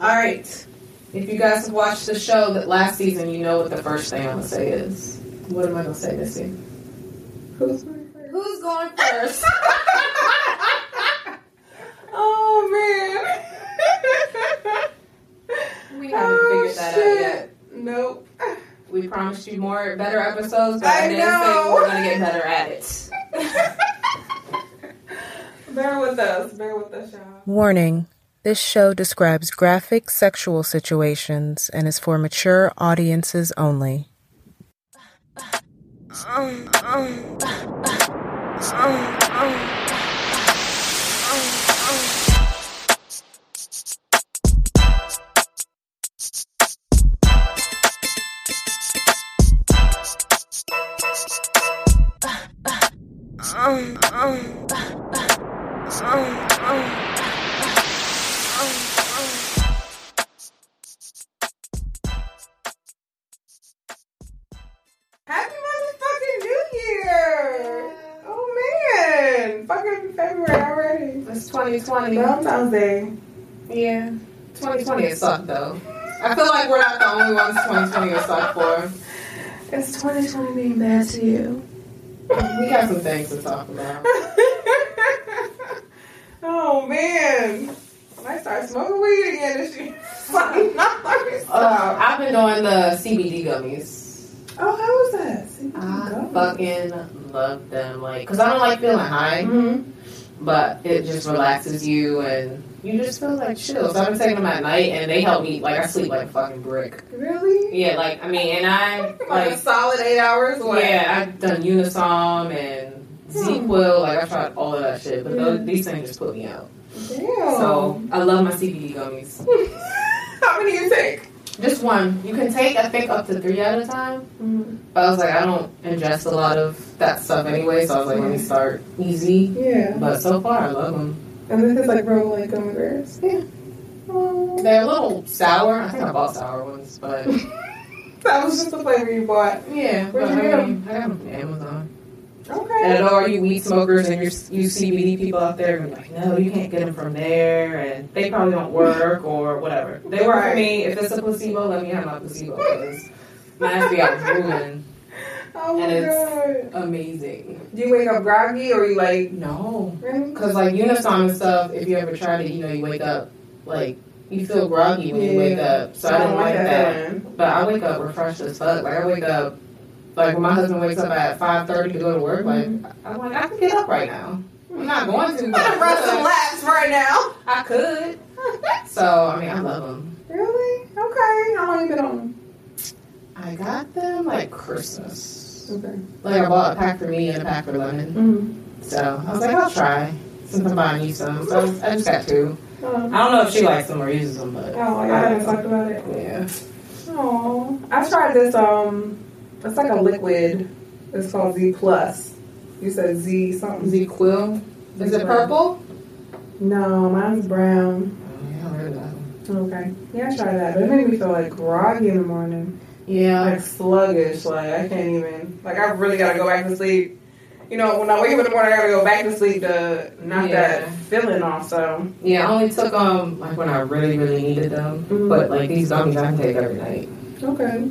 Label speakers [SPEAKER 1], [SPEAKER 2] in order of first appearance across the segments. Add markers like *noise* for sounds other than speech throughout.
[SPEAKER 1] All right. If you guys have watched the show that last season, you know what the first thing I'm gonna say is. What am I gonna say this season?
[SPEAKER 2] *laughs*
[SPEAKER 1] Who's
[SPEAKER 2] Oh,
[SPEAKER 1] going first? Who's going *laughs* first? oh man.
[SPEAKER 2] *laughs* We
[SPEAKER 1] haven't
[SPEAKER 2] haven't
[SPEAKER 1] oh,
[SPEAKER 2] figured that
[SPEAKER 1] shit.
[SPEAKER 2] out yet.
[SPEAKER 1] Nope. We promised you more better episodes, but
[SPEAKER 2] I
[SPEAKER 1] I, didn't
[SPEAKER 2] know.
[SPEAKER 1] think we're gonna get better at it.
[SPEAKER 2] *laughs* Bear with us. Bear with us, y'all.
[SPEAKER 3] Warning This show describes graphic sexual situations and is for mature audiences only.
[SPEAKER 2] Happy motherfucking New Year! Oh man, fucking February already.
[SPEAKER 1] It's 2020.
[SPEAKER 2] Valentine's Day.
[SPEAKER 1] Yeah. 2020 is sucked though. I feel like we're not the only ones 2020 is sucked for.
[SPEAKER 2] It's 2020 being bad to you.
[SPEAKER 1] We got some things to talk about.
[SPEAKER 2] *laughs* oh man, when I start smoking weed again this year. *laughs* I'm not let *laughs* me
[SPEAKER 1] Uh,
[SPEAKER 2] stop.
[SPEAKER 1] I've been doing the CBD gummies.
[SPEAKER 2] Oh, how was that? See, there you
[SPEAKER 1] I
[SPEAKER 2] go.
[SPEAKER 1] fucking love them. Like, cause I don't like feeling high,
[SPEAKER 2] Mhm.
[SPEAKER 1] but it just relaxes you and you just feel like chill. So I've been taking them at night and they help me. Like, I sleep like a fucking brick.
[SPEAKER 2] Really?
[SPEAKER 1] Yeah, like I mean, and I
[SPEAKER 2] Like a
[SPEAKER 1] like
[SPEAKER 2] solid eight hours away.
[SPEAKER 1] yeah, I've done Unisom and ZQuil. Like I've tried all of that shit, but those, these things just put me out.
[SPEAKER 2] Damn.
[SPEAKER 1] So I love my CBD gummies.
[SPEAKER 2] *laughs* How many you take?
[SPEAKER 1] Just one. You can take, I think, up to three at a time.
[SPEAKER 2] Mm-hmm.
[SPEAKER 1] But I was like, I don't ingest a lot of that stuff anyway, so I was like, let me start easy.
[SPEAKER 2] Yeah.
[SPEAKER 1] But so far, I love them.
[SPEAKER 2] And this is like real like gummy bears.
[SPEAKER 1] Yeah.
[SPEAKER 2] Oh.
[SPEAKER 1] They're a little sour. I think I bought sour ones, but
[SPEAKER 2] *laughs* That was just the flavor you bought.
[SPEAKER 1] yeah.
[SPEAKER 2] Where'd
[SPEAKER 1] But,
[SPEAKER 2] you
[SPEAKER 1] I,
[SPEAKER 2] get
[SPEAKER 1] mean, I got them from Amazon.
[SPEAKER 2] Okay.
[SPEAKER 1] And all you weed smokers and your you CBD people out there are like, no, you can't get them from there, and they probably don't work or whatever. They work for me. If it's a placebo, let me have my placebo. 'cause Mine's be out ruined.
[SPEAKER 2] Oh my
[SPEAKER 1] And it's-
[SPEAKER 2] god.
[SPEAKER 1] Amazing.
[SPEAKER 2] Do you wake up groggy or you like
[SPEAKER 1] No,
[SPEAKER 2] really?
[SPEAKER 1] because like Unisom and stuff. If you ever tried it, you know you wake up like you feel groggy when you wake up. So I don't like that. But I wake up refreshed as fuck. Like I wake up. Like when my husband wakes up at five thirty to go to work, like I'm like I can get up right now. I'm not going to.
[SPEAKER 2] I'm
[SPEAKER 1] but I
[SPEAKER 2] gonna *laughs* run
[SPEAKER 1] could.
[SPEAKER 2] some laps right now. *laughs*
[SPEAKER 1] I could. So I mean, I love them.
[SPEAKER 2] really? Okay. How long you been on? them?
[SPEAKER 1] I got them like Christmas.
[SPEAKER 2] Okay.
[SPEAKER 1] Like I bought a pack for me and a pack for Lemon.
[SPEAKER 2] Mm.
[SPEAKER 1] So I was like, I'll try. Since I'm buying you some, so I just got two. I
[SPEAKER 2] Um,
[SPEAKER 1] don't know if she likes them or uses them, but
[SPEAKER 2] oh, I haven't talked about it.
[SPEAKER 1] yeah.
[SPEAKER 2] Oh, I tried this. Um, it's like a liquid. It's called Z plus. You said Z something.
[SPEAKER 1] Z Quill. Is it purple?
[SPEAKER 2] No, mine's brown.
[SPEAKER 1] Oh, yeah, I heard that one.
[SPEAKER 2] Okay. Yeah, I tried that. But it made me feel like groggy in the morning.
[SPEAKER 1] Yeah.
[SPEAKER 2] Like sluggish. Like I can't even. Like I really gotta go back to sleep. You know, when I wake up in the morning, I gotta go back to sleep to knock
[SPEAKER 1] Yeah.
[SPEAKER 2] that feeling off. So
[SPEAKER 1] Yeah, I only took um like when I really, really needed them.
[SPEAKER 2] Mhm.
[SPEAKER 1] But like these gummies I can take every night.
[SPEAKER 2] okay.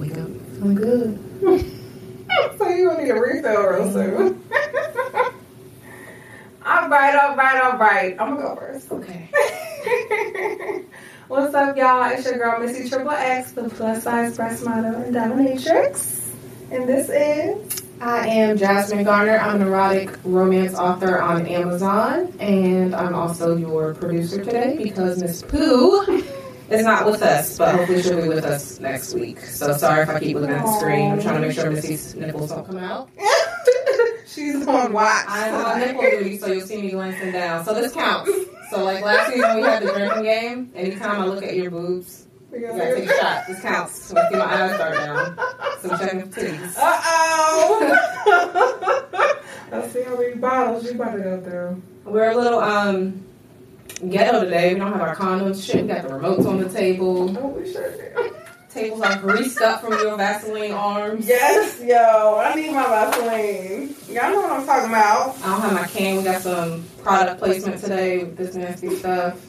[SPEAKER 1] Wake up feeling good.
[SPEAKER 2] *laughs* so you gonna need a refill real soon.
[SPEAKER 1] Mm-hmm.
[SPEAKER 2] *laughs* all right, all right, all right. I'm gonna go first. *laughs*
[SPEAKER 1] Okay.
[SPEAKER 2] What's up, y'all? It's your girl Missy Triple X, the plus size breast model and dominatrix, and
[SPEAKER 1] *laughs*
[SPEAKER 2] this is *laughs*
[SPEAKER 1] I am Jasmine Garner. I'm an erotic romance author on Amazon, and I'm also your producer today because Miss Pooh is not with us, but hopefully she'll be with us next week. So sorry if I keep looking at the screen. I'm trying to make sure Missy's nipples don't come out.
[SPEAKER 2] she's on watch.
[SPEAKER 1] I'm on nipple
[SPEAKER 2] *laughs*
[SPEAKER 1] duty, so you'll see me glancing down. So this counts. So like last season we had the drinking game. Anytime I look at your boobs, you gotta take a shot. This counts. So I see my eyes start down.
[SPEAKER 2] *laughs*
[SPEAKER 1] So I'm checking for titties.
[SPEAKER 2] Uh *laughs* oh. Let's see how many bottles you about to go through.
[SPEAKER 1] We're a little um ghetto today. We don't have our condoms. Shit, we got the remotes on the table.
[SPEAKER 2] Oh, we sure do.
[SPEAKER 1] Tables are greased up from your Vaseline arms.
[SPEAKER 2] Yes, yo, I need my Vaseline. Y'all know what I'm talking about.
[SPEAKER 1] I don't have my can. We got some product placement today with this nasty stuff.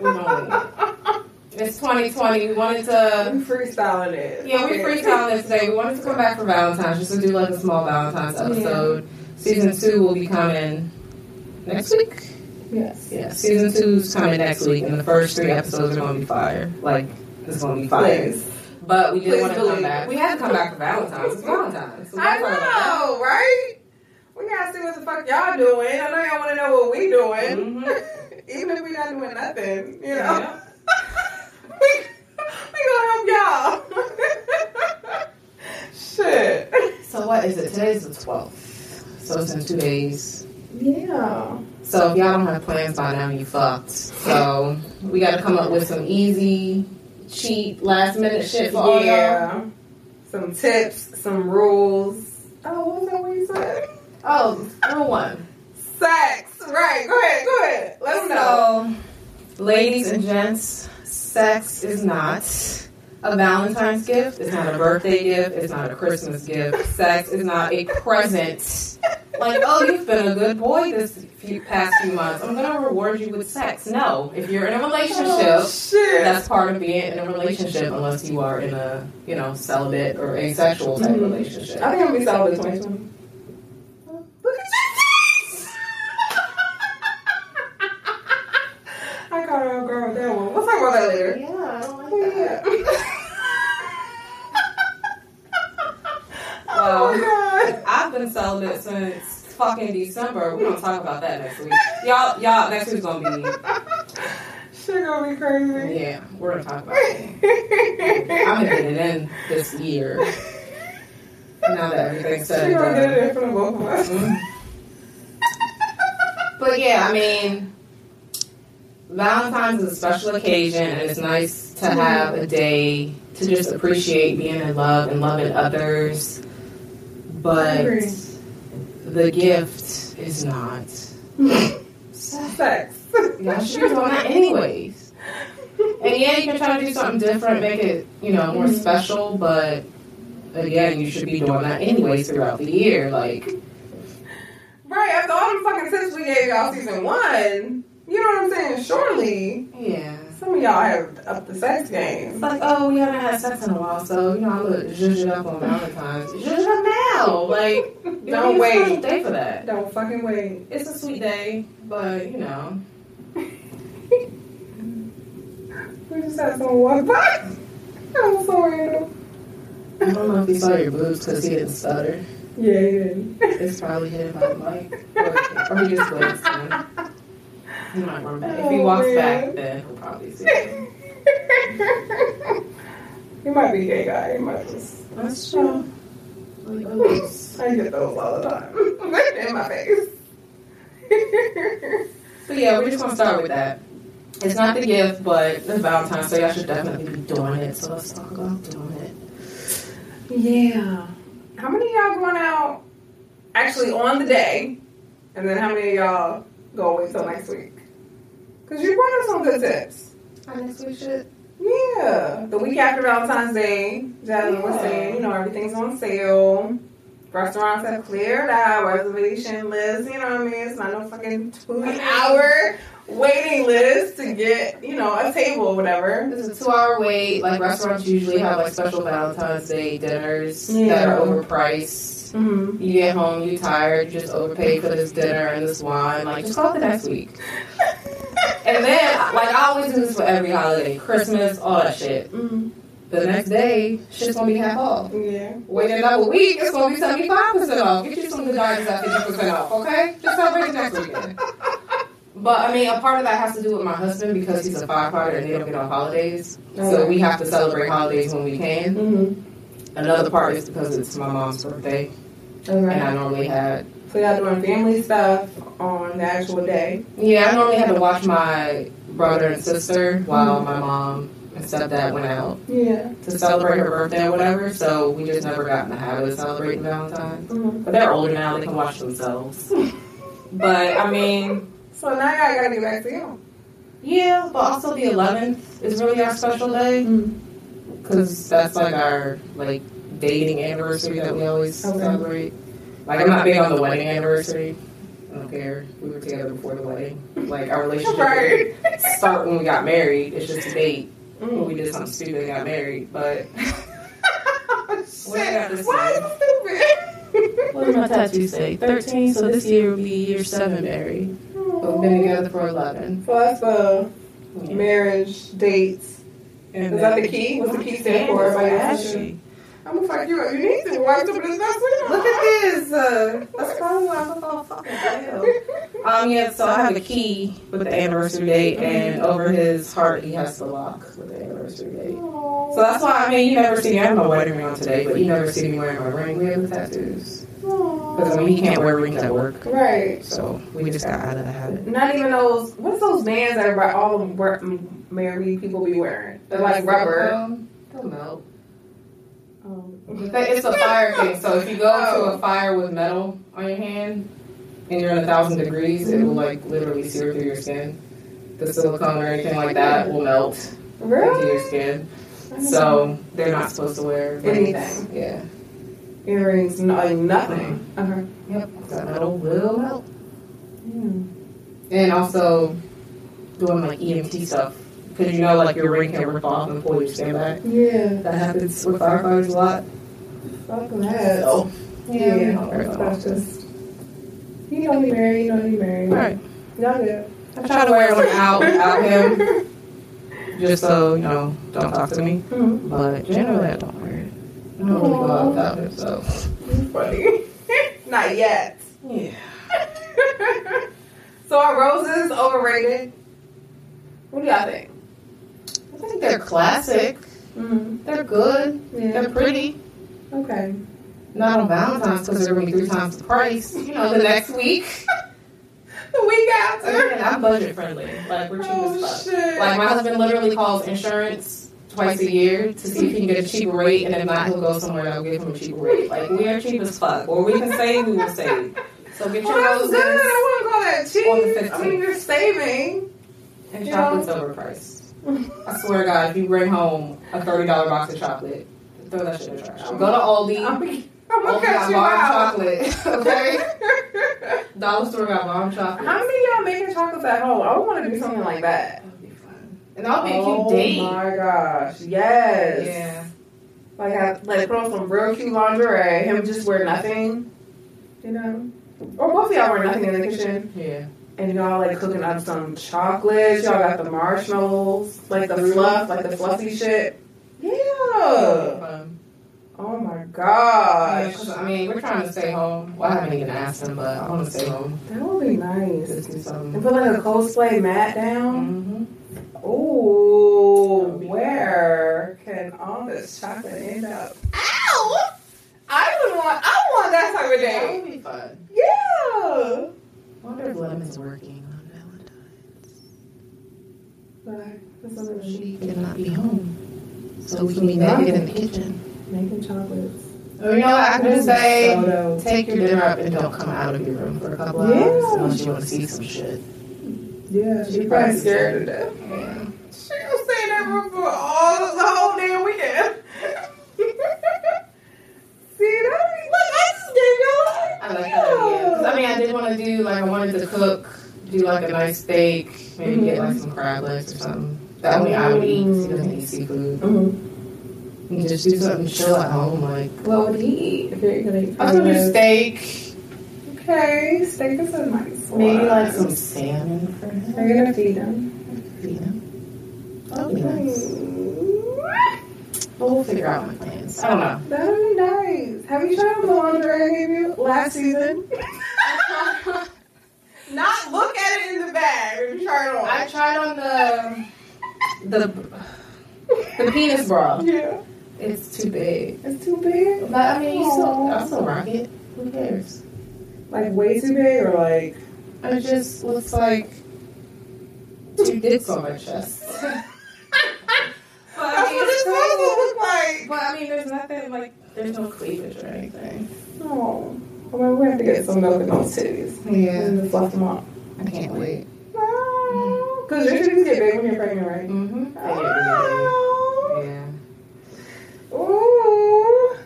[SPEAKER 1] We don't need it. It's 2020. We wanted to.
[SPEAKER 2] *laughs* I'm freestyling it.
[SPEAKER 1] Yeah, we freestyling this today. We wanted to come back for Valentine's just to do like a small Valentine's episode. Season two will be coming next week.
[SPEAKER 2] Yes.
[SPEAKER 1] Yeah, season two's coming next week, and the first three episodes are going to be fire. Like, it's going to be fire.
[SPEAKER 2] Please.
[SPEAKER 1] But we did
[SPEAKER 2] Please
[SPEAKER 1] want to
[SPEAKER 2] believe
[SPEAKER 1] come back.
[SPEAKER 2] it.
[SPEAKER 1] We had to come back for Valentine's. It's Valentine's. So we
[SPEAKER 2] I
[SPEAKER 1] gotta talk about
[SPEAKER 2] know, right? We gotta see what the fuck y'all doing. I know y'all wanna know what we doing. *laughs* Even if we not doing nothing, you know. we, we gonna help y'all. Shit.
[SPEAKER 1] that. So what is it? Today's the 12th. So it's in two days.
[SPEAKER 2] Yeah.
[SPEAKER 1] So if y'all don't have plans by now, you fucked. So we got to come up with some easy, cheap, last minute shit for all y'all.
[SPEAKER 2] yeah. Some tips, some rules. Oh, what was that what you said?
[SPEAKER 1] Oh, number one.
[SPEAKER 2] Sex. Right. Go ahead. Go ahead. Let them know.
[SPEAKER 1] So, ladies and gents, sex is not a Valentine's gift. It's not a birthday gift. It's not a Christmas gift. Sex is not a present. Like, oh, you've been a good boy this few, past few months. I'm gonna reward you with sex. No, if you're in a
[SPEAKER 2] Oh,
[SPEAKER 1] relationship,
[SPEAKER 2] shit.
[SPEAKER 1] that's part of being in a relationship, unless you are in a you know celibate or asexual type
[SPEAKER 2] Mhm.
[SPEAKER 1] relationship.
[SPEAKER 2] I think I'm gonna be solid in 2020. Look at your tits! *laughs* I caught her girl with that one. We'll talk about that later.
[SPEAKER 1] Yeah, I don't
[SPEAKER 2] Oh,
[SPEAKER 1] like that.
[SPEAKER 2] yeah. oh my god.
[SPEAKER 1] I've been celibate since fucking December. We don't talk about that next week. Y'all, y'all, next week's gonna be
[SPEAKER 2] Shit gonna be crazy.
[SPEAKER 1] yeah. We're gonna talk about it. I'm gonna get it in this year. Now that everything's said and
[SPEAKER 2] She gonna
[SPEAKER 1] done.
[SPEAKER 2] get it in front of both of us.
[SPEAKER 1] Mhm. But yeah, I mean, Valentine's is a special occasion, and it's nice to have a day to just appreciate being in love and loving others.
[SPEAKER 2] I
[SPEAKER 1] But
[SPEAKER 2] agree.
[SPEAKER 1] the gift is not.
[SPEAKER 2] Sex.
[SPEAKER 1] Y'all should be doing that anyways. And yeah, you can try to do something different, make it, you know, more
[SPEAKER 2] Mhm.
[SPEAKER 1] special, but again, you should be doing that anyways throughout the year. Like,
[SPEAKER 2] Right, after all the fucking tips we gave y'all season one, you know what I'm saying? Surely
[SPEAKER 1] yeah.
[SPEAKER 2] some of y'all have up the sex game.
[SPEAKER 1] It's like, oh, we haven't had sex in a while, so, you know, I'm going to zhuzh it up on Valentine's. Zhuzh it up now! *laughs* Like, you know,
[SPEAKER 2] Don't
[SPEAKER 1] it's a special
[SPEAKER 2] wait.
[SPEAKER 1] day for that.
[SPEAKER 2] Don't fucking wait.
[SPEAKER 1] It's a sweet day, but, you know.
[SPEAKER 2] We just had someone walk by. I'm sorry.
[SPEAKER 1] I don't know if he saw your boobs because he didn't stutter.
[SPEAKER 2] Yeah, he did.
[SPEAKER 1] It's probably hidden by the mic. Or, or he just waves to him. He might run back. if he
[SPEAKER 2] Oh,
[SPEAKER 1] walks
[SPEAKER 2] man.
[SPEAKER 1] back, then he'll probably see it.
[SPEAKER 2] he might be a gay guy. He might just.
[SPEAKER 1] That's true. Like, oops.
[SPEAKER 2] I get those all the time. *laughs* In my face.
[SPEAKER 1] But yeah, we're just gonna start with that. It's not the gift, but it's Valentine's, so y'all should definitely be doing it. So let's talk about doing it.
[SPEAKER 2] yeah. How many of y'all going out actually on the day? And then how many of y'all go wait till next week? Because you brought us some good tips.
[SPEAKER 1] I guess we should.
[SPEAKER 2] Yeah, the week after Valentine's Day, Jasmine was
[SPEAKER 1] Yeah.
[SPEAKER 2] saying, you know, everything's on sale. Restaurants have cleared out reservation lists. You know what I mean? It's not no fucking two-hour waiting list to get, you know, a table or whatever.
[SPEAKER 1] It's a two-hour wait. Like restaurants usually have like special Valentine's Day dinners that
[SPEAKER 2] Yeah.
[SPEAKER 1] are overpriced.
[SPEAKER 2] Mm-hmm.
[SPEAKER 1] You get home, you tired, you just overpaid for this dinner and this wine. Like, just call it next week. And then, like, I always do this for every holiday, Christmas, all that shit. The next day, shit's gonna be half off.
[SPEAKER 2] Mm-hmm. Yeah.
[SPEAKER 1] Wait another week, it's gonna be seventy five percent off. Get you some good gardens at fifty percent off, okay? Just celebrate it next weekend. But I mean, a part of that has to do with my husband because he's a firefighter and they don't get on holidays, so
[SPEAKER 2] Okay.
[SPEAKER 1] we have to celebrate holidays when we can.
[SPEAKER 2] Mm-hmm.
[SPEAKER 1] Another part is because it's my mom's birthday, and I normally had
[SPEAKER 2] So y'all doing family stuff on the actual day.
[SPEAKER 1] yeah, I normally had to watch my brother and sister while my mom and stepdad went out
[SPEAKER 2] Yeah.
[SPEAKER 1] to celebrate her birthday or whatever. So we just never got in the habit of celebrating Valentine's.
[SPEAKER 2] Mhm.
[SPEAKER 1] But they're older now, they can watch themselves. *laughs* but I mean,
[SPEAKER 2] So now y'all gotta get back to y'all.
[SPEAKER 1] yeah, but also the 11th is really our special day
[SPEAKER 2] Mm-hmm.
[SPEAKER 1] because that's like our like dating anniversary that we always
[SPEAKER 2] Okay.
[SPEAKER 1] celebrate. Like, I'm not big on the wedding anniversary. I don't care. We were together before the wedding. Like
[SPEAKER 4] *laughs*
[SPEAKER 1] our relationship right. didn't start when we got married. It's just a date.
[SPEAKER 2] Mm-hmm.
[SPEAKER 1] When we did something stupid and got married, but
[SPEAKER 2] Shit. Why are you stupid?
[SPEAKER 4] What did my tattoo say? 13, so this year will be year 7 married. But we've been together for 11.
[SPEAKER 2] So that's the uh, marriage dates. Is that the key? What's the key stand for? Everybody asking. I'm gonna fuck you up. You need to watch some of this stuff.
[SPEAKER 1] Look at this. Uh, that's probably why *laughs*
[SPEAKER 4] *laughs*
[SPEAKER 1] I'm all fucking hell. Um, yeah, so I have a key with the anniversary date, and over his heart, he has the lock with the anniversary date. So that's why, I mean, you never see me. I have my wedding ring on today, but you never see me wearing my ring. We have tattoos. Because, I mean, he can't wear rings at work.
[SPEAKER 2] Right.
[SPEAKER 1] So we just got out of the habit.
[SPEAKER 2] Not even those. What's those bands that everybody, all of them married people be wearing? They're like rubber.
[SPEAKER 1] They'll melt.
[SPEAKER 2] Um,
[SPEAKER 1] The thing- It's a fire thing. So if you go to a fire with metal on your hand and you're in a thousand degrees, it will like literally sear through your skin. The silicone or anything like that will melt into your
[SPEAKER 2] really?
[SPEAKER 1] skin. So they're not supposed to wear rings.
[SPEAKER 2] Anything.
[SPEAKER 1] Yeah.
[SPEAKER 2] Earrings, no, like nothing. Uh-huh.
[SPEAKER 1] Yep. That metal will melt.
[SPEAKER 2] Mm.
[SPEAKER 1] And also doing like EMT stuff. Because you know, like your ring can rip off and pull your skin back.
[SPEAKER 2] Yeah.
[SPEAKER 1] That happens with firefighters a lot.
[SPEAKER 2] Fuck that.
[SPEAKER 1] So,
[SPEAKER 2] Yeah.
[SPEAKER 1] we don't worry about all
[SPEAKER 2] That's just. You know you married. You know you married.
[SPEAKER 1] Right.
[SPEAKER 2] Y'all good.
[SPEAKER 1] I try to wear one out without him.
[SPEAKER 2] *laughs*
[SPEAKER 1] just so you know, don't talk to me.
[SPEAKER 2] Mhm.
[SPEAKER 1] But generally, I don't wear it. I don't really go out without it, so
[SPEAKER 2] Funny. *laughs* Not yet. *laughs*
[SPEAKER 1] yeah.
[SPEAKER 2] so are roses overrated? What do y'all think?
[SPEAKER 1] I think they're classic.
[SPEAKER 2] Mm-hmm.
[SPEAKER 1] They're good.
[SPEAKER 2] Yeah.
[SPEAKER 1] They're pretty.
[SPEAKER 2] Okay.
[SPEAKER 1] Not on Valentine's because they're gonna be three times the price. You know, the next week.
[SPEAKER 2] *laughs* The week after.
[SPEAKER 1] Again, I'm budget friendly. Like we're cheap
[SPEAKER 2] Oh
[SPEAKER 1] as fuck.
[SPEAKER 2] shit.
[SPEAKER 1] Like my husband literally calls insurance twice a year to see if he can get a cheaper rate, and if not, he'll go somewhere that'll give him a cheaper rate. Like we are cheap as fuck. Or we can save, we will save. So get your
[SPEAKER 2] well, that's good.
[SPEAKER 1] roses.
[SPEAKER 2] I wouldn't call that
[SPEAKER 1] On the
[SPEAKER 2] cheap. I
[SPEAKER 1] 15th.
[SPEAKER 2] mean, you're saving. *laughs*
[SPEAKER 1] And
[SPEAKER 2] You
[SPEAKER 1] chocolate's overpriced. I swear to God, if you bring home a thirty dollar box of chocolate, throw that shit in the trash. Go to
[SPEAKER 2] I'm,
[SPEAKER 1] Aldi.
[SPEAKER 2] I'm gonna
[SPEAKER 1] Aldi got
[SPEAKER 2] cut you
[SPEAKER 1] bomb
[SPEAKER 2] out. *laughs*
[SPEAKER 1] chocolate. Okay. Dollar store got bomb chocolate.
[SPEAKER 2] How many of y'all making chocolates at home? I want to do something like that.
[SPEAKER 1] That'd be fun. And that'll be
[SPEAKER 2] oh
[SPEAKER 1] a cute date.
[SPEAKER 2] my gosh. Yes.
[SPEAKER 1] Yeah.
[SPEAKER 2] Like, I, like put on some real cute lingerie. Him just wear nothing, you know. Or both of y'all wear nothing in the kitchen,
[SPEAKER 1] Yeah.
[SPEAKER 2] and y'all like cooking up some chocolates. Y'all got the marshmallows, like the fluff, like the fluffy shit. Yeah.
[SPEAKER 1] Fun.
[SPEAKER 2] Oh my
[SPEAKER 1] Yeah,
[SPEAKER 2] gosh,
[SPEAKER 1] 'cause, I mean, we're trying to stay home. Well, I haven't even asked him, but I want to stay home.
[SPEAKER 2] that would be nice.
[SPEAKER 1] Just do
[SPEAKER 2] And
[SPEAKER 1] something.
[SPEAKER 2] put like a cosplay mat down.
[SPEAKER 1] Mm-hmm.
[SPEAKER 2] Ooh, where can all this chocolate end up? Ow! I would want. I want that type
[SPEAKER 1] That
[SPEAKER 2] of day.
[SPEAKER 1] would be fun.
[SPEAKER 2] Yeah.
[SPEAKER 1] Wonder if Lemon's working on Valentine's. She cannot be *laughs* home, so we can be naked in the kitchen.
[SPEAKER 2] Making chocolates.
[SPEAKER 1] Or you know what? I could just say.
[SPEAKER 2] Soda.
[SPEAKER 1] Take your dinner up and don't come out of your room for a couple
[SPEAKER 2] Yeah.
[SPEAKER 1] hours unless you want to see some shit.
[SPEAKER 2] Yeah, she probably scared to death.
[SPEAKER 1] Yeah.
[SPEAKER 2] She was staying in that room for all the whole damn weekend. *laughs* See that? Look, I just gave
[SPEAKER 1] I like
[SPEAKER 2] y'all.
[SPEAKER 1] that idea. 'Cause, I mean, I did want to do, like, I wanted to cook, do, like, a nice steak, maybe get, like, some crab legs or something. That only I would eat 'cause he doesn't eat seafood.
[SPEAKER 2] Mm-hmm.
[SPEAKER 1] You can just do something chill at home, like,
[SPEAKER 2] What would he eat if you're gonna eat?
[SPEAKER 1] I could do steak,
[SPEAKER 2] Okay, steak is a nice one.
[SPEAKER 1] maybe, like, some salmon for
[SPEAKER 2] Are
[SPEAKER 1] him.
[SPEAKER 2] you gonna feed him?
[SPEAKER 1] You know?
[SPEAKER 2] Oh,
[SPEAKER 1] That would be nice. But we'll figure out my plans. I don't know.
[SPEAKER 2] That would be nice. Have you tried the lingerie I gave you last season? *laughs* Not look at it in the bag and try it on.
[SPEAKER 1] I tried on the the the penis bra.
[SPEAKER 2] yeah,
[SPEAKER 1] It's too big.
[SPEAKER 2] it's too big.
[SPEAKER 1] But I mean, you still, I'll still rock it. Who cares?
[SPEAKER 2] Like way too big, or *laughs* like
[SPEAKER 1] It just looks like two dicks on my chest. but,
[SPEAKER 2] that's what this supposed to look like.
[SPEAKER 1] but I mean, there's nothing like there's no cleavage or anything.
[SPEAKER 2] Oh, I mean, we have to get some milk in those titties
[SPEAKER 1] Yeah,
[SPEAKER 2] and just left them out.
[SPEAKER 1] I can't wait.
[SPEAKER 2] Because Mm-hmm. your titties get big when you're pregnant, right?
[SPEAKER 1] Mm-hmm.
[SPEAKER 2] Oh.
[SPEAKER 1] Yeah.
[SPEAKER 2] Ooh,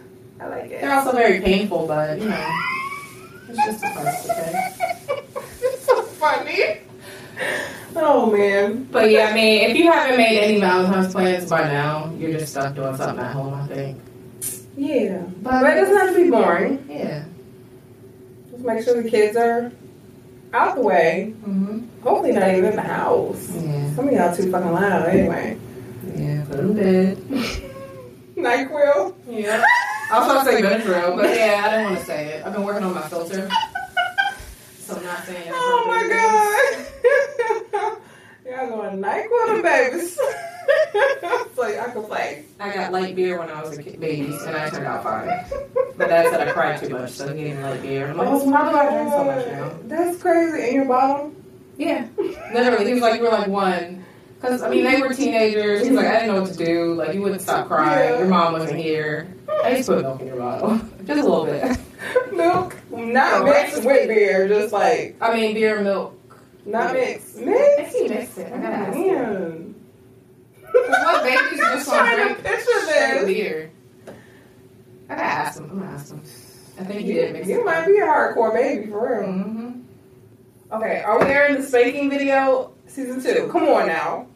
[SPEAKER 2] I like it. *laughs*
[SPEAKER 1] They're also very painful, but you know, it's just a part of the thing.
[SPEAKER 2] funny. Oh man.
[SPEAKER 1] But yeah, I mean, if you haven't made any Valentine's plans by now, you're just stuck doing something at home, I think.
[SPEAKER 2] Yeah. But, it doesn't have to be boring.
[SPEAKER 1] Yeah.
[SPEAKER 2] Just make sure the kids are out the way.
[SPEAKER 1] Mm-hmm.
[SPEAKER 2] Hopefully not even in the house.
[SPEAKER 1] Yeah.
[SPEAKER 2] Some of y'all too fucking loud anyway.
[SPEAKER 1] Yeah. Put them to bed.
[SPEAKER 2] *laughs* NyQuil.
[SPEAKER 1] Yeah. I was about to say Benadryl, but yeah, I didn't want to say it. I've been working on my filter, so I'm not saying.
[SPEAKER 2] *laughs* Oh my god. *laughs* Y'all going NyQuil to babies. *laughs* so y'all can play.
[SPEAKER 1] I got light beer when I was a kid, baby, and I turned out fine. But Dad said I cried too much, so he gave me light beer. I'm like,
[SPEAKER 2] Oh
[SPEAKER 1] it's
[SPEAKER 2] my
[SPEAKER 1] probably why I drink so much now.
[SPEAKER 2] god. That's crazy. And your bottom?
[SPEAKER 1] Yeah, *laughs* literally. He was like, you were like one. Because, I mean, they were teenagers. He was like, I didn't know what to do. Like, you wouldn't stop crying.
[SPEAKER 2] Yeah.
[SPEAKER 1] Your mom wasn't here. I used to put milk in your bottle. *laughs* Just a little bit.
[SPEAKER 2] Milk. Not mixed with beer, just like
[SPEAKER 1] I mean, beer and milk.
[SPEAKER 2] not mixed. Mixed?
[SPEAKER 1] he mixed it. I gotta ask *laughs* him.
[SPEAKER 2] Man.
[SPEAKER 1] What
[SPEAKER 2] *laughs*
[SPEAKER 1] babies just
[SPEAKER 2] I'm
[SPEAKER 1] want
[SPEAKER 2] trying
[SPEAKER 1] to
[SPEAKER 2] to
[SPEAKER 1] drink
[SPEAKER 2] picture
[SPEAKER 1] straight
[SPEAKER 2] this.
[SPEAKER 1] beer? I gotta ask him. I'm gonna ask him. I think he did
[SPEAKER 2] You,
[SPEAKER 1] mix
[SPEAKER 2] you
[SPEAKER 1] it.
[SPEAKER 2] might be a hardcore baby for real.
[SPEAKER 1] Mm-hmm.
[SPEAKER 2] Okay, are we airing the spanking video season two? Come on now.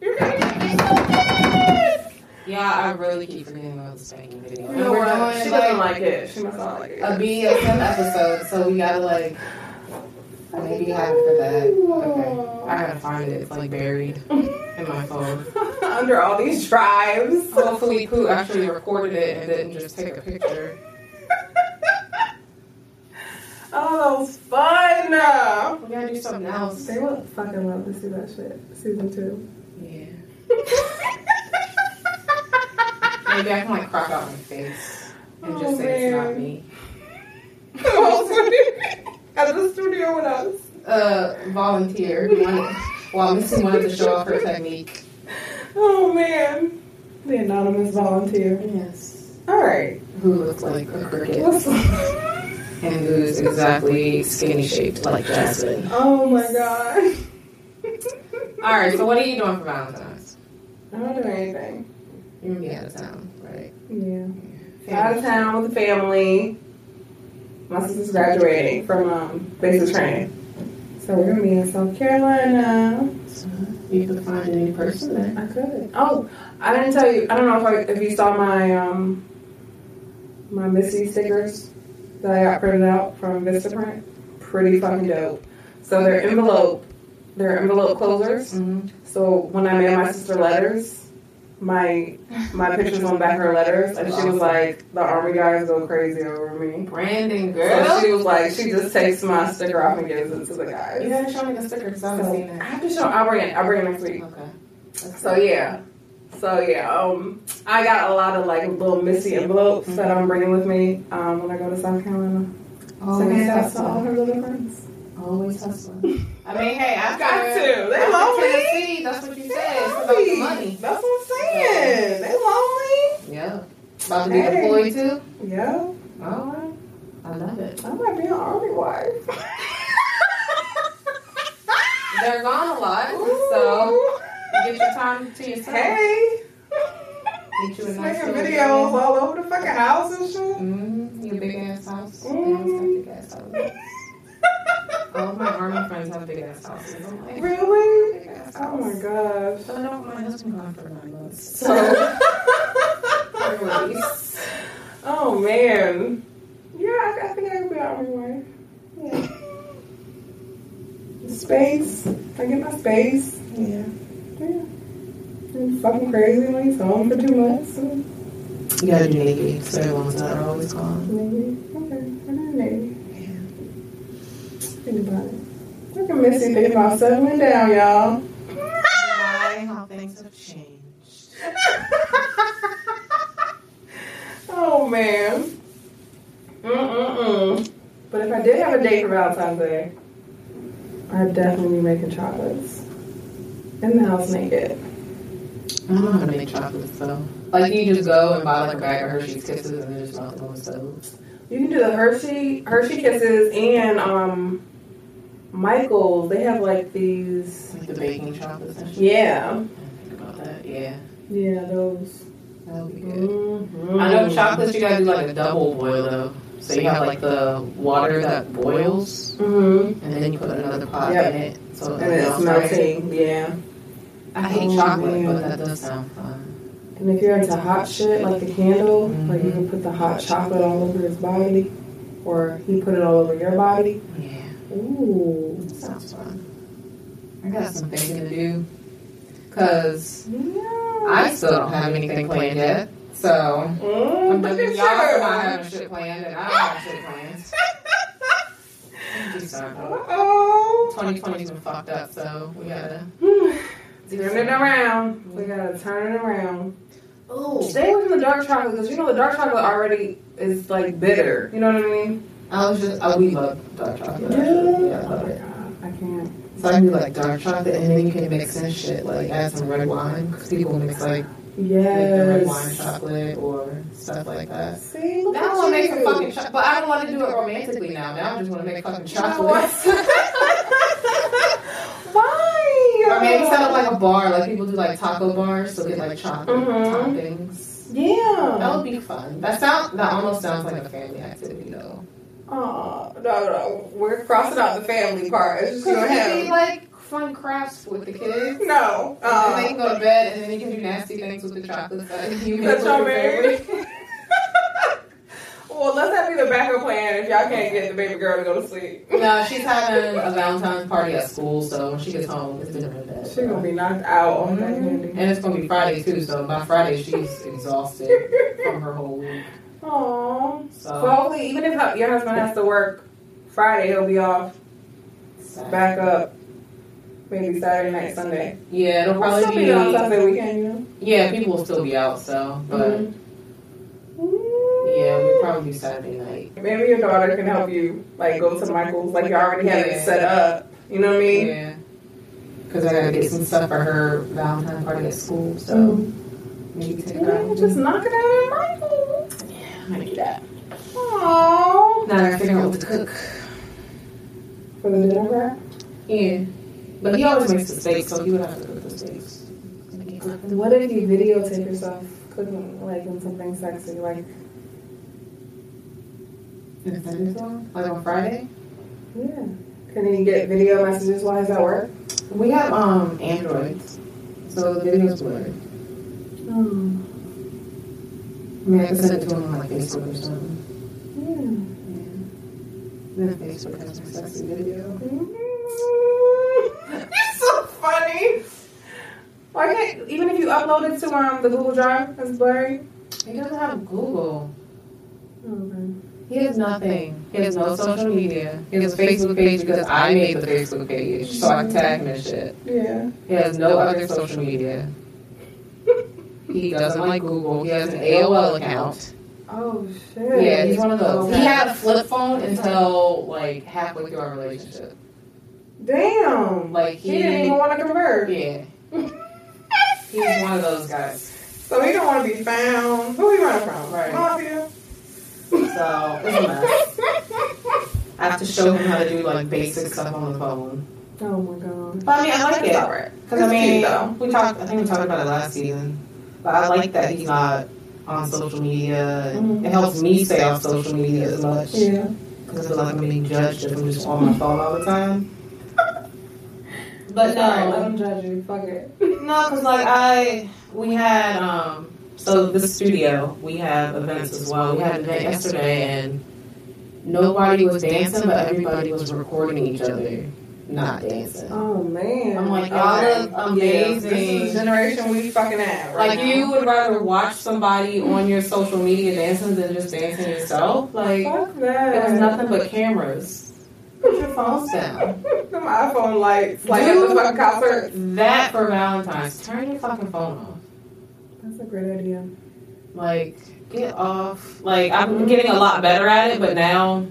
[SPEAKER 2] You're gonna get me so pissed.
[SPEAKER 1] Yeah, I really keep forgetting about the spanking video.
[SPEAKER 2] You know
[SPEAKER 1] we're
[SPEAKER 2] what?
[SPEAKER 1] doing,
[SPEAKER 2] She
[SPEAKER 1] like,
[SPEAKER 2] doesn't like it. She must not like it.
[SPEAKER 1] a BSM episode, so we gotta like maybe have it for that. Okay. I gotta find it. It's like buried
[SPEAKER 2] *laughs*
[SPEAKER 1] in my phone.
[SPEAKER 2] Under all these drives. *laughs*
[SPEAKER 1] Hopefully Pooh actually recorded it and didn't just take a picture.
[SPEAKER 2] Oh, that was fun.
[SPEAKER 1] We gotta do something else.
[SPEAKER 2] They would fucking love to see that shit. Season *laughs* two.
[SPEAKER 1] Yeah. Maybe I can like crop out my face and just
[SPEAKER 2] Oh,
[SPEAKER 1] say it's not
[SPEAKER 2] man.
[SPEAKER 1] me.
[SPEAKER 2] At the studio with us.
[SPEAKER 1] Uh volunteer who wanted- while Missy wanted to show off her technique.
[SPEAKER 2] *laughs* Oh man. The anonymous volunteer.
[SPEAKER 1] Yes.
[SPEAKER 2] Alright.
[SPEAKER 1] Who looked like a cricket
[SPEAKER 2] Let's-
[SPEAKER 1] and who's exactly skinny shaped like Jasmine.
[SPEAKER 2] *laughs* Oh my god. *laughs*
[SPEAKER 1] All right, so what are you doing for Valentine's?
[SPEAKER 2] I don't do anything.
[SPEAKER 1] You're gonna be out of town, right?
[SPEAKER 2] Yeah. Out of town with the family. My sister's graduating from um, basic training. So we're gonna be in South Carolina.
[SPEAKER 1] You can find a new person there.
[SPEAKER 2] I could. Oh, I didn't tell you. I don't know if, I, if you saw my um my Missy stickers that I got printed out from Vistaprint. Pretty fucking dope. So they're envelope, they're envelope closers.
[SPEAKER 1] Mm-hmm.
[SPEAKER 2] So when I made my sister letters, my my pictures on the back of her letters, and she was like, "The army guys go crazy over me."
[SPEAKER 1] Brandon,
[SPEAKER 2] So
[SPEAKER 1] girl.
[SPEAKER 2] she was like, she just takes my sticker off and gives it to the
[SPEAKER 1] you
[SPEAKER 2] guys.
[SPEAKER 1] gotta show me the sticker because I haven't
[SPEAKER 2] So
[SPEAKER 1] seen
[SPEAKER 2] I
[SPEAKER 1] that.
[SPEAKER 2] have to show. I'll bring it. I'll bring it next week.
[SPEAKER 1] Okay.
[SPEAKER 2] So yeah, so yeah. Um, I got a lot of like little Missy envelopes that I'm bringing with me um, when I go to South Carolina. So I
[SPEAKER 1] Always
[SPEAKER 2] hand out to all
[SPEAKER 1] hustling.
[SPEAKER 2] her little friends.
[SPEAKER 1] Always hustling. I mean, hey,
[SPEAKER 2] I
[SPEAKER 1] I
[SPEAKER 2] got to. They
[SPEAKER 1] After
[SPEAKER 2] lonely.
[SPEAKER 1] Tennessee, that's what you said.
[SPEAKER 2] They
[SPEAKER 1] It's about the
[SPEAKER 2] lonely.
[SPEAKER 1] money.
[SPEAKER 2] That's what I'm saying. They lonely.
[SPEAKER 1] Yeah. About to be
[SPEAKER 2] Hey.
[SPEAKER 1] deployed too.
[SPEAKER 2] Yeah,
[SPEAKER 1] All right. I love it.
[SPEAKER 2] I might be an army wife. *laughs*
[SPEAKER 1] They're gone a lot, so you get your time to yourself.
[SPEAKER 2] hey,
[SPEAKER 1] Get you a
[SPEAKER 2] Just
[SPEAKER 1] nice
[SPEAKER 2] making
[SPEAKER 1] little
[SPEAKER 2] videos all over the fucking house and
[SPEAKER 1] *laughs*
[SPEAKER 2] shit.
[SPEAKER 1] Mm, your big ass house.
[SPEAKER 2] Mm.
[SPEAKER 1] Big ass house. All of my army friends have big ass houses. I'm like,
[SPEAKER 2] Really?
[SPEAKER 1] big ass
[SPEAKER 2] Oh
[SPEAKER 1] house.
[SPEAKER 2] my gosh.
[SPEAKER 1] But I don't my husband gone for nine months. So
[SPEAKER 2] *laughs*
[SPEAKER 1] release.
[SPEAKER 2] oh man. Yeah, I, I think I could be out anyway. Yeah. Space. I get my space.
[SPEAKER 1] Yeah.
[SPEAKER 2] Yeah. I'm fucking crazy when he's home for two months. so
[SPEAKER 1] You gotta do Navy. So the ones that are always gone.
[SPEAKER 2] Maybe. Okay. I don't know. Think about it. Fucking Missy thinking about settling down, y'all. *laughs*
[SPEAKER 1] how things have changed.
[SPEAKER 2] oh man. Mm-mm-mm. But if I did have a date for Valentine's Day, I'd definitely be making chocolates. In the house naked.
[SPEAKER 1] I don't know how to make chocolates though. Like you just go and buy like a bag of Hershey's Kisses and then just melt them on the stove.
[SPEAKER 2] You can do the Hershey Hershey kisses and um Michael. They have like
[SPEAKER 1] It's
[SPEAKER 2] these
[SPEAKER 1] like the baking chocolates and shit.
[SPEAKER 2] Yeah.
[SPEAKER 1] Think about that. Yeah.
[SPEAKER 2] Yeah, those.
[SPEAKER 1] That would be good.
[SPEAKER 2] Mm-hmm.
[SPEAKER 1] I know chocolates you gotta do like a double boil though. So you have like the water that boils,
[SPEAKER 2] Mm-hmm.
[SPEAKER 1] and then you put another pot
[SPEAKER 2] Yep.
[SPEAKER 1] in it. So
[SPEAKER 2] And it's melting. Yeah.
[SPEAKER 1] I hate
[SPEAKER 2] Oh,
[SPEAKER 1] chocolate,
[SPEAKER 2] man.
[SPEAKER 1] but that does sound fun.
[SPEAKER 2] And if you're into hot shit, like the candle, like you
[SPEAKER 1] Mhm.
[SPEAKER 2] can put the hot chocolate all over his body, or he put it all over your body.
[SPEAKER 1] Yeah,
[SPEAKER 2] Ooh.
[SPEAKER 1] that sounds fun. I got some thinking to do because I still don't have anything planned yet. So
[SPEAKER 2] Mm,
[SPEAKER 1] I'm
[SPEAKER 2] look
[SPEAKER 1] just
[SPEAKER 2] at
[SPEAKER 1] y'all are not
[SPEAKER 2] you.
[SPEAKER 1] having shit planned, and I don't have shit *laughs* planned. I'm just sorry.
[SPEAKER 2] Uh-oh. *sighs*
[SPEAKER 1] 2020's been fucked up, so we gotta.
[SPEAKER 2] Turn it around. We gotta turn it around. Oh. Stay away from the dark chocolate because you know the dark chocolate already is like bitter. You know what I mean?
[SPEAKER 1] I was just, I, we love dark chocolate.
[SPEAKER 2] Really?
[SPEAKER 1] Yeah, I love it.
[SPEAKER 2] I can't.
[SPEAKER 1] So I can do like dark chocolate, and then you can mix in shit, like add some red wine, because people mix like, like the red wine
[SPEAKER 2] Yes.
[SPEAKER 1] chocolate or stuff like that.
[SPEAKER 2] See,
[SPEAKER 1] I
[SPEAKER 2] look
[SPEAKER 1] don't want to
[SPEAKER 2] at
[SPEAKER 1] make some
[SPEAKER 2] you.
[SPEAKER 1] fucking chocolate, but I don't want to do it romantically now. Now I just want to make fucking
[SPEAKER 2] You know
[SPEAKER 1] chocolate.
[SPEAKER 2] *laughs* what? Why?
[SPEAKER 1] or maybe set up like a bar, like people do like taco bars, so get like chocolate
[SPEAKER 2] Mhm.
[SPEAKER 1] toppings. That
[SPEAKER 2] yeah.
[SPEAKER 1] would be fun. That sound that almost sounds like a family activity though.
[SPEAKER 2] Oh no, no, we're crossing out the family part. It's just
[SPEAKER 1] Because
[SPEAKER 2] gonna
[SPEAKER 1] you can be
[SPEAKER 2] happen.
[SPEAKER 1] like fun crafts with the kids. and
[SPEAKER 2] No.
[SPEAKER 1] then you
[SPEAKER 2] Uh,
[SPEAKER 1] can go to bed, and then you can do nasty things with the chocolate that you make
[SPEAKER 2] That's
[SPEAKER 1] with your
[SPEAKER 2] y'all
[SPEAKER 1] family.
[SPEAKER 2] married. *laughs* Well, let's that be the backup plan if y'all can't get the baby girl to go to sleep.
[SPEAKER 1] No, she's having a Valentine's party at school, so when she gets home, it's dinner in bed.
[SPEAKER 2] She's gonna be knocked out on that candy.
[SPEAKER 1] and it's gonna be Friday too, so by Friday she's exhausted
[SPEAKER 2] *laughs*
[SPEAKER 1] from her whole week.
[SPEAKER 2] Aww. So
[SPEAKER 1] So
[SPEAKER 2] hopefully, even if her- your husband has to work Friday, he'll be off back up. Maybe Saturday night, Sunday.
[SPEAKER 1] yeah, it'll probably
[SPEAKER 2] Something on
[SPEAKER 1] be
[SPEAKER 2] Sunday weekend, you know.
[SPEAKER 1] yeah, people will still be out, so but
[SPEAKER 2] Mhm.
[SPEAKER 1] yeah, we'll probably do Saturday night.
[SPEAKER 2] Mm-hmm. Maybe your daughter can help you, like go to Michael's, like you already have it set up. You know what I mean?
[SPEAKER 1] Yeah, because I gotta get some stuff for her Valentine's party at school, so maybe take her
[SPEAKER 2] Yeah,
[SPEAKER 1] out.
[SPEAKER 2] Mm-hmm. just knock it out at Michael's.
[SPEAKER 1] Yeah, I'm gonna do that.
[SPEAKER 2] Aww.
[SPEAKER 1] Now I gotta figure out what to cook.
[SPEAKER 2] For the dinner wrap?
[SPEAKER 1] Yeah, but he always makes the steaks, so he would have to cook the steaks. Mm-hmm.
[SPEAKER 2] What if you videotape yourself cooking, like in something sexy, like
[SPEAKER 1] And send it to him, like on Friday.
[SPEAKER 2] yeah? Can you get video messages while he's at work?
[SPEAKER 1] We have um androids, so the videos blurry.
[SPEAKER 2] Mm.
[SPEAKER 1] I mean, I can send it to them on like Facebook or something.
[SPEAKER 2] Yeah.
[SPEAKER 1] Then Facebook has a sexy video.
[SPEAKER 2] Mm-hmm. *laughs* You're so funny. Why can't even if you upload it to um the Google Drive, it's blurry.
[SPEAKER 1] He doesn't have Google.
[SPEAKER 2] Okay.
[SPEAKER 1] He has nothing. He has no social media. He has a Facebook page because I made the Facebook page, so I tagged him and shit.
[SPEAKER 2] Yeah.
[SPEAKER 1] He has no other social media. He doesn't like Google. He has an AOL account.
[SPEAKER 2] Oh shit.
[SPEAKER 1] Yeah, he's one of those. He
[SPEAKER 2] Okay.
[SPEAKER 1] had a flip phone until like halfway through our relationship.
[SPEAKER 2] Damn.
[SPEAKER 1] Like
[SPEAKER 2] He didn't even want to convert.
[SPEAKER 1] Yeah. He's one of those guys.
[SPEAKER 2] So he don't want to be found. Who he running from?
[SPEAKER 1] Right.
[SPEAKER 2] Mafia.
[SPEAKER 1] So it's a mess. I have to show him how to do like basic stuff on the phone.
[SPEAKER 2] Oh my god.
[SPEAKER 1] But I mean, I like
[SPEAKER 2] It's
[SPEAKER 1] it
[SPEAKER 2] alright.
[SPEAKER 1] because I mean, we talked. I think we talked about it last season. But I like that he's not on social media. And it helps me stay off social media as much because
[SPEAKER 2] Yeah.
[SPEAKER 1] I feel like I'm being judged if I'm just on my phone all the time. *laughs* But no,
[SPEAKER 2] let him judge you. Fuck it.
[SPEAKER 1] No, because like I, we had um, so the studio we have events as well. We had an event yesterday, and nobody was dancing, but everybody was recording each other not dancing.
[SPEAKER 2] Oh man.
[SPEAKER 1] I'm like, y'all look amazing.
[SPEAKER 2] This is the generation we fucking have. Right
[SPEAKER 1] Like
[SPEAKER 2] now.
[SPEAKER 1] you would rather watch somebody on your social media dancing than just dancing yourself. Like it
[SPEAKER 2] Fuck that.
[SPEAKER 1] was nothing but cameras. Put your phones down.
[SPEAKER 2] Them iPhone lights, like at the
[SPEAKER 1] Dude.
[SPEAKER 2] fucking concert.
[SPEAKER 1] That for Valentine's. Turn your fucking phone off.
[SPEAKER 2] That's a great idea.
[SPEAKER 1] Like, get off. Like, I'm getting a lot better at it, but now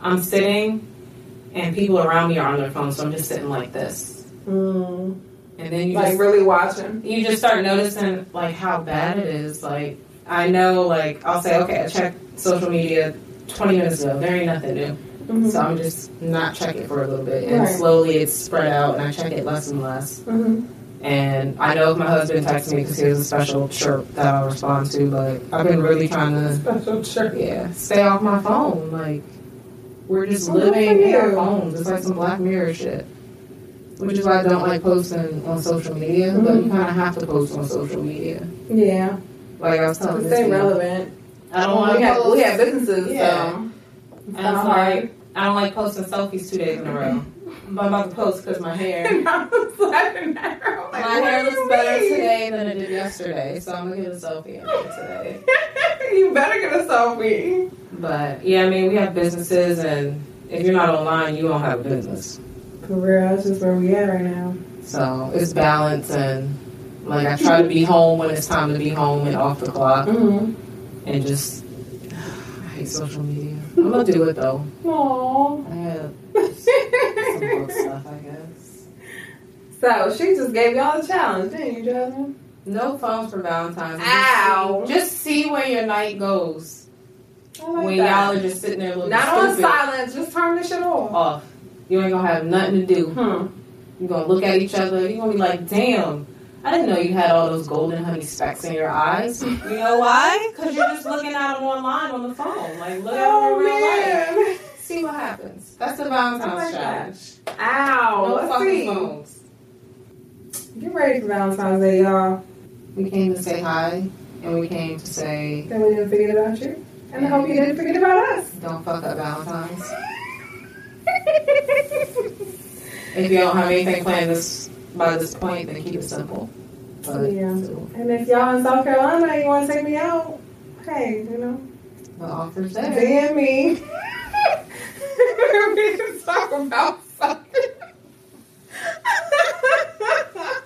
[SPEAKER 1] I'm sitting and people around me are on their phones, so I'm just sitting like this.
[SPEAKER 2] Mm.
[SPEAKER 1] And then you
[SPEAKER 2] Like
[SPEAKER 1] just,
[SPEAKER 2] really watching.
[SPEAKER 1] you just start noticing like how bad it is. Like, I know, like, I'll say, okay, I checked social media 20 minutes ago. There ain't nothing new,
[SPEAKER 2] Mm-hmm.
[SPEAKER 1] so I'm just not checking for a little bit, and
[SPEAKER 2] Right.
[SPEAKER 1] slowly it's spread out, and I check it less and less.
[SPEAKER 2] Mm-hmm.
[SPEAKER 1] And I know my husband texted me because he has a special chirp that I'll respond to, but I've been really trying to
[SPEAKER 2] Special church.
[SPEAKER 1] yeah, stay off my phone. Like, we're just
[SPEAKER 2] Well, good
[SPEAKER 1] living
[SPEAKER 2] for
[SPEAKER 1] in our
[SPEAKER 2] you.
[SPEAKER 1] phones. It's like some Black Mirror shit. Which is why I don't like posting on social media, but you
[SPEAKER 2] Mhm.
[SPEAKER 1] kind of have to post on social media.
[SPEAKER 2] Yeah.
[SPEAKER 1] Like I was telling
[SPEAKER 2] To
[SPEAKER 1] this
[SPEAKER 2] stay
[SPEAKER 1] dude,
[SPEAKER 2] relevant.
[SPEAKER 1] I don't want
[SPEAKER 2] we
[SPEAKER 1] to
[SPEAKER 2] have,
[SPEAKER 1] post.
[SPEAKER 2] we have businesses,
[SPEAKER 1] Yeah.
[SPEAKER 2] so. *laughs*
[SPEAKER 1] And it's like, I don't like posting selfies two days in a row. But I'm about to post because my *laughs* hair,
[SPEAKER 2] And I was laughing at her. I'm
[SPEAKER 1] my
[SPEAKER 2] like, what
[SPEAKER 1] hair
[SPEAKER 2] do
[SPEAKER 1] looks
[SPEAKER 2] you
[SPEAKER 1] better
[SPEAKER 2] mean?
[SPEAKER 1] today than it did yesterday. So I'm gonna get a selfie of it today.
[SPEAKER 2] *laughs* you better get a selfie.
[SPEAKER 1] But yeah, I mean, we have businesses, and if you're not online, you don't have a business.
[SPEAKER 2] For real, that's just where we at right now.
[SPEAKER 1] So it's balance and like I try to be home when it's time to be home and off the clock
[SPEAKER 2] Mm-hmm.
[SPEAKER 1] and just I hate social media. I'm gonna do it though.
[SPEAKER 2] Aww.
[SPEAKER 1] I have some book stuff, I guess.
[SPEAKER 2] *laughs* so she just gave y'all a challenge, didn't you, Jasmine?
[SPEAKER 1] No phones for Valentine's. Just
[SPEAKER 2] Ow.
[SPEAKER 1] see- Just see where your night goes
[SPEAKER 2] I like
[SPEAKER 1] when
[SPEAKER 2] that.
[SPEAKER 1] y'all are just sitting there looking
[SPEAKER 2] Not on
[SPEAKER 1] stupid.
[SPEAKER 2] silence, just turn this shit off.
[SPEAKER 1] off. You ain't gonna have nothing to do.
[SPEAKER 2] Hmm.
[SPEAKER 1] You're gonna look at each other. You're gonna be like, damn. I didn't know you had all those golden honey specks in your eyes. You know why? Because you're just looking at them online on the phone. Like, look at them in
[SPEAKER 2] Oh,
[SPEAKER 1] real life.
[SPEAKER 2] man.
[SPEAKER 1] See what happens. That's the
[SPEAKER 2] I like
[SPEAKER 1] Valentine's
[SPEAKER 2] that.
[SPEAKER 1] challenge.
[SPEAKER 2] Ow.
[SPEAKER 1] No
[SPEAKER 2] Let's see.
[SPEAKER 1] fucking phones.
[SPEAKER 2] Get ready for Valentine's Day, y'all.
[SPEAKER 1] We came to say hi, and we came to say,
[SPEAKER 2] Then we didn't forget about you. And I hope you didn't forget about us.
[SPEAKER 1] *laughs* don't fuck up Valentine's. If you don't have anything planned this by this point, then keep it simple. But
[SPEAKER 2] Yeah.
[SPEAKER 1] the
[SPEAKER 2] and if y'all in South Carolina, you want to take me out, hey, you know,
[SPEAKER 1] offer's there.
[SPEAKER 2] DM
[SPEAKER 1] *laughs*
[SPEAKER 2] me. we can talk about something.
[SPEAKER 1] I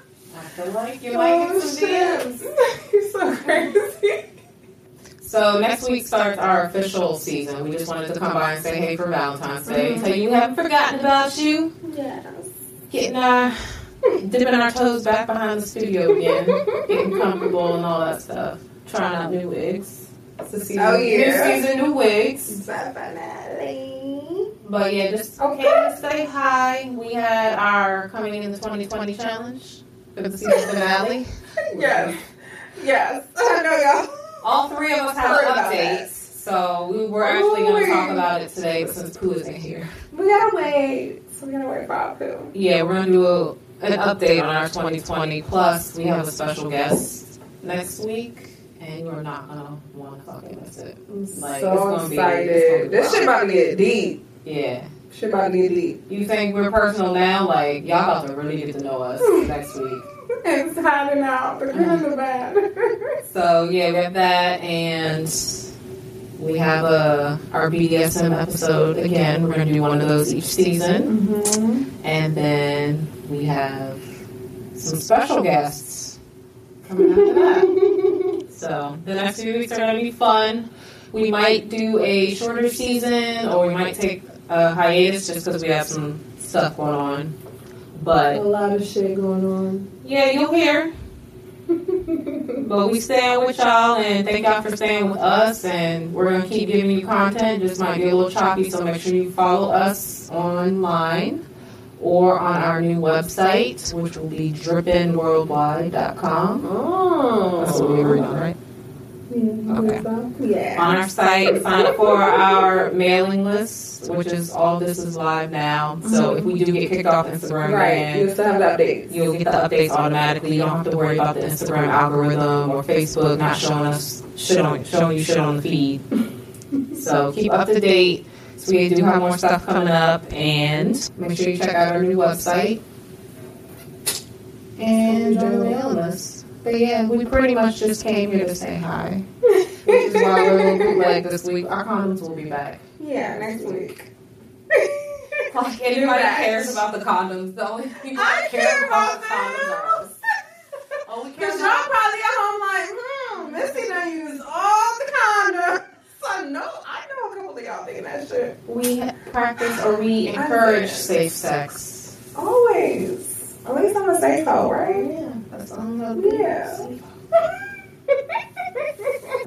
[SPEAKER 1] feel like *laughs* you might
[SPEAKER 2] oh,
[SPEAKER 1] get some DMs.
[SPEAKER 2] shit. *laughs* You're so crazy.
[SPEAKER 1] So next week starts our official season. We just wanted to come by and say hey for Valentine's Day.
[SPEAKER 2] Mhm.
[SPEAKER 1] Tell you we haven't forgotten about you.
[SPEAKER 2] Yes.
[SPEAKER 1] Getting our dipping our toes back behind the studio
[SPEAKER 2] *laughs*
[SPEAKER 1] again, getting comfortable and all that stuff. Trying out new wigs. It's the season,
[SPEAKER 2] Oh, yeah.
[SPEAKER 1] New season, new wigs.
[SPEAKER 2] Definitely.
[SPEAKER 1] But yeah, just
[SPEAKER 2] Okay.
[SPEAKER 1] came to say hi. We had our coming in the 2020 challenge for the season finale.
[SPEAKER 2] Yes. Yes. *laughs* I know y'all.
[SPEAKER 1] All three of us have
[SPEAKER 2] Heard about
[SPEAKER 1] updates.
[SPEAKER 2] that. Oh,
[SPEAKER 1] So we were actually going to talk
[SPEAKER 2] Ooh.
[SPEAKER 1] about it today, but since Pooh isn't here.
[SPEAKER 2] We gotta wait. So we gotta wait for our poo.
[SPEAKER 1] Yeah, we're gonna do a, an update on our 2020 plus. We have a special guest next week, and you're not gonna want to fucking miss it.
[SPEAKER 2] I'm
[SPEAKER 1] Like, it's
[SPEAKER 2] so
[SPEAKER 1] gonna be-
[SPEAKER 2] excited.
[SPEAKER 1] it's gonna be
[SPEAKER 2] this shit
[SPEAKER 1] wild.
[SPEAKER 2] about to get deep.
[SPEAKER 1] Yeah,
[SPEAKER 2] Shit about to get deep. *laughs*
[SPEAKER 1] you think we're personal now? Like y'all about to really get to know us next week.
[SPEAKER 2] It's hiding out the
[SPEAKER 1] Mm-hmm.
[SPEAKER 2] good and the *laughs* bad.
[SPEAKER 1] So yeah, we have that, and we have uh our BDSM episode again. We're gonna do one of those each season,
[SPEAKER 2] mm-hmm.
[SPEAKER 1] and then we have some special guests coming after that. So the next few weeks are going to be fun. We might do a shorter season, or we might take a hiatus just because we have some stuff going on.
[SPEAKER 2] A
[SPEAKER 1] But
[SPEAKER 2] lot of shit going on.
[SPEAKER 1] yeah, you'll hear. But we stand with y'all, and thank y'all for staying with us. And we're gonna keep giving you content. Just might be a little choppy, so make sure you follow us online or on our new website, which will be drippinworldwide.com.
[SPEAKER 2] oh.
[SPEAKER 1] That's what we agreed on, right? Okay.
[SPEAKER 2] Yeah.
[SPEAKER 1] on our site, sign up for our mailing list, which is all this is live now. So if we do get kicked off Instagram,
[SPEAKER 2] Right.
[SPEAKER 1] Mm-hmm. right.
[SPEAKER 2] You still have the updates.
[SPEAKER 1] you'll get the updates automatically. You don't have to worry about the Instagram algorithm or Facebook not showing us shit on showing you shit on the *laughs* feed. so keep up to date. So we do have more stuff coming up, and make sure you check out our new website. And join the mailing list. But yeah, we pretty much just came here to say hi which is why we're a
[SPEAKER 2] *laughs*
[SPEAKER 1] little bootleg this week. Our condoms will be back.
[SPEAKER 2] yeah, next *laughs* week.
[SPEAKER 1] Like
[SPEAKER 2] anybody cares
[SPEAKER 1] about the condoms. The only people
[SPEAKER 2] I care about them.
[SPEAKER 1] Oh, we
[SPEAKER 2] Because y'all probably at home like, hmm, Missy done used all the condoms. I know, I know a couple of y'all thinking that shit.
[SPEAKER 1] We practice or we encourage safe sex.
[SPEAKER 2] Always. At least I'm a safe hoe, right?
[SPEAKER 1] Yeah, that's all I'm gonna do.
[SPEAKER 2] Yeah. *laughs*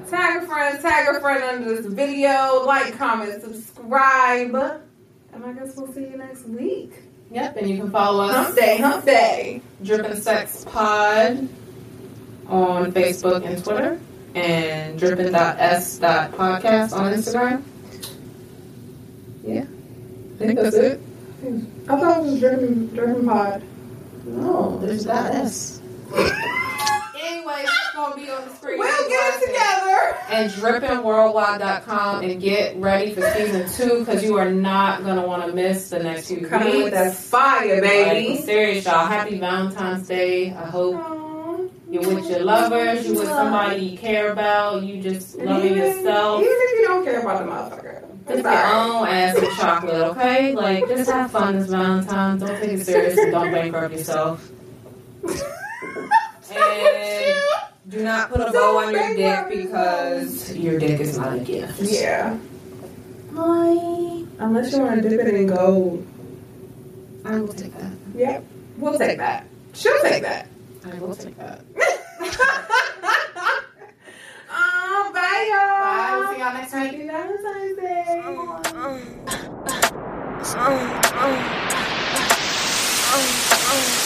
[SPEAKER 2] tag a friend, tag a friend under this video, like, comment, subscribe. And I guess we'll see you next week.
[SPEAKER 1] Yep, and you can follow us
[SPEAKER 2] Hump day, hump day.
[SPEAKER 1] Drippin' Sex Pod on Facebook and Twitter, and drippin.s.podcast on Instagram. Yeah, I think that's it.
[SPEAKER 2] I thought it was dripping, dripping pod.
[SPEAKER 1] No, there's that S. Anyways, it's gonna be on the screen.
[SPEAKER 2] We'll get it together.
[SPEAKER 1] and drippingworldwide.com and get ready for season two because you are not gonna want to miss the next few
[SPEAKER 2] Coming
[SPEAKER 1] weeks.
[SPEAKER 2] with that fire,
[SPEAKER 1] Like, I'm
[SPEAKER 2] baby.
[SPEAKER 1] serious, y'all. Happy Valentine's Day. I hope you're with your lovers, you with somebody you care about, you just
[SPEAKER 2] And
[SPEAKER 1] loving
[SPEAKER 2] even-
[SPEAKER 1] yourself.
[SPEAKER 2] Even if you don't care about the motherfucker.
[SPEAKER 1] Just
[SPEAKER 2] It's
[SPEAKER 1] your
[SPEAKER 2] alright.
[SPEAKER 1] own ass some chocolate, okay? Like, just have fun this Valentine's. Don't take it serious and don't bankrupt yourself.
[SPEAKER 2] *laughs*
[SPEAKER 1] And do not put a bow on your dick because your dick is not a gift.
[SPEAKER 2] Yeah. Unless you want to dip it in gold.
[SPEAKER 1] I will take that.
[SPEAKER 2] Yep. We'll take that. She'll take that. *laughs*
[SPEAKER 1] I will take that.
[SPEAKER 2] um, bye, y'all.
[SPEAKER 1] Bye. We'll see y'all next week.
[SPEAKER 2] Happy Valentine's Day.
[SPEAKER 5] Oh, oh, oh, oh, oh.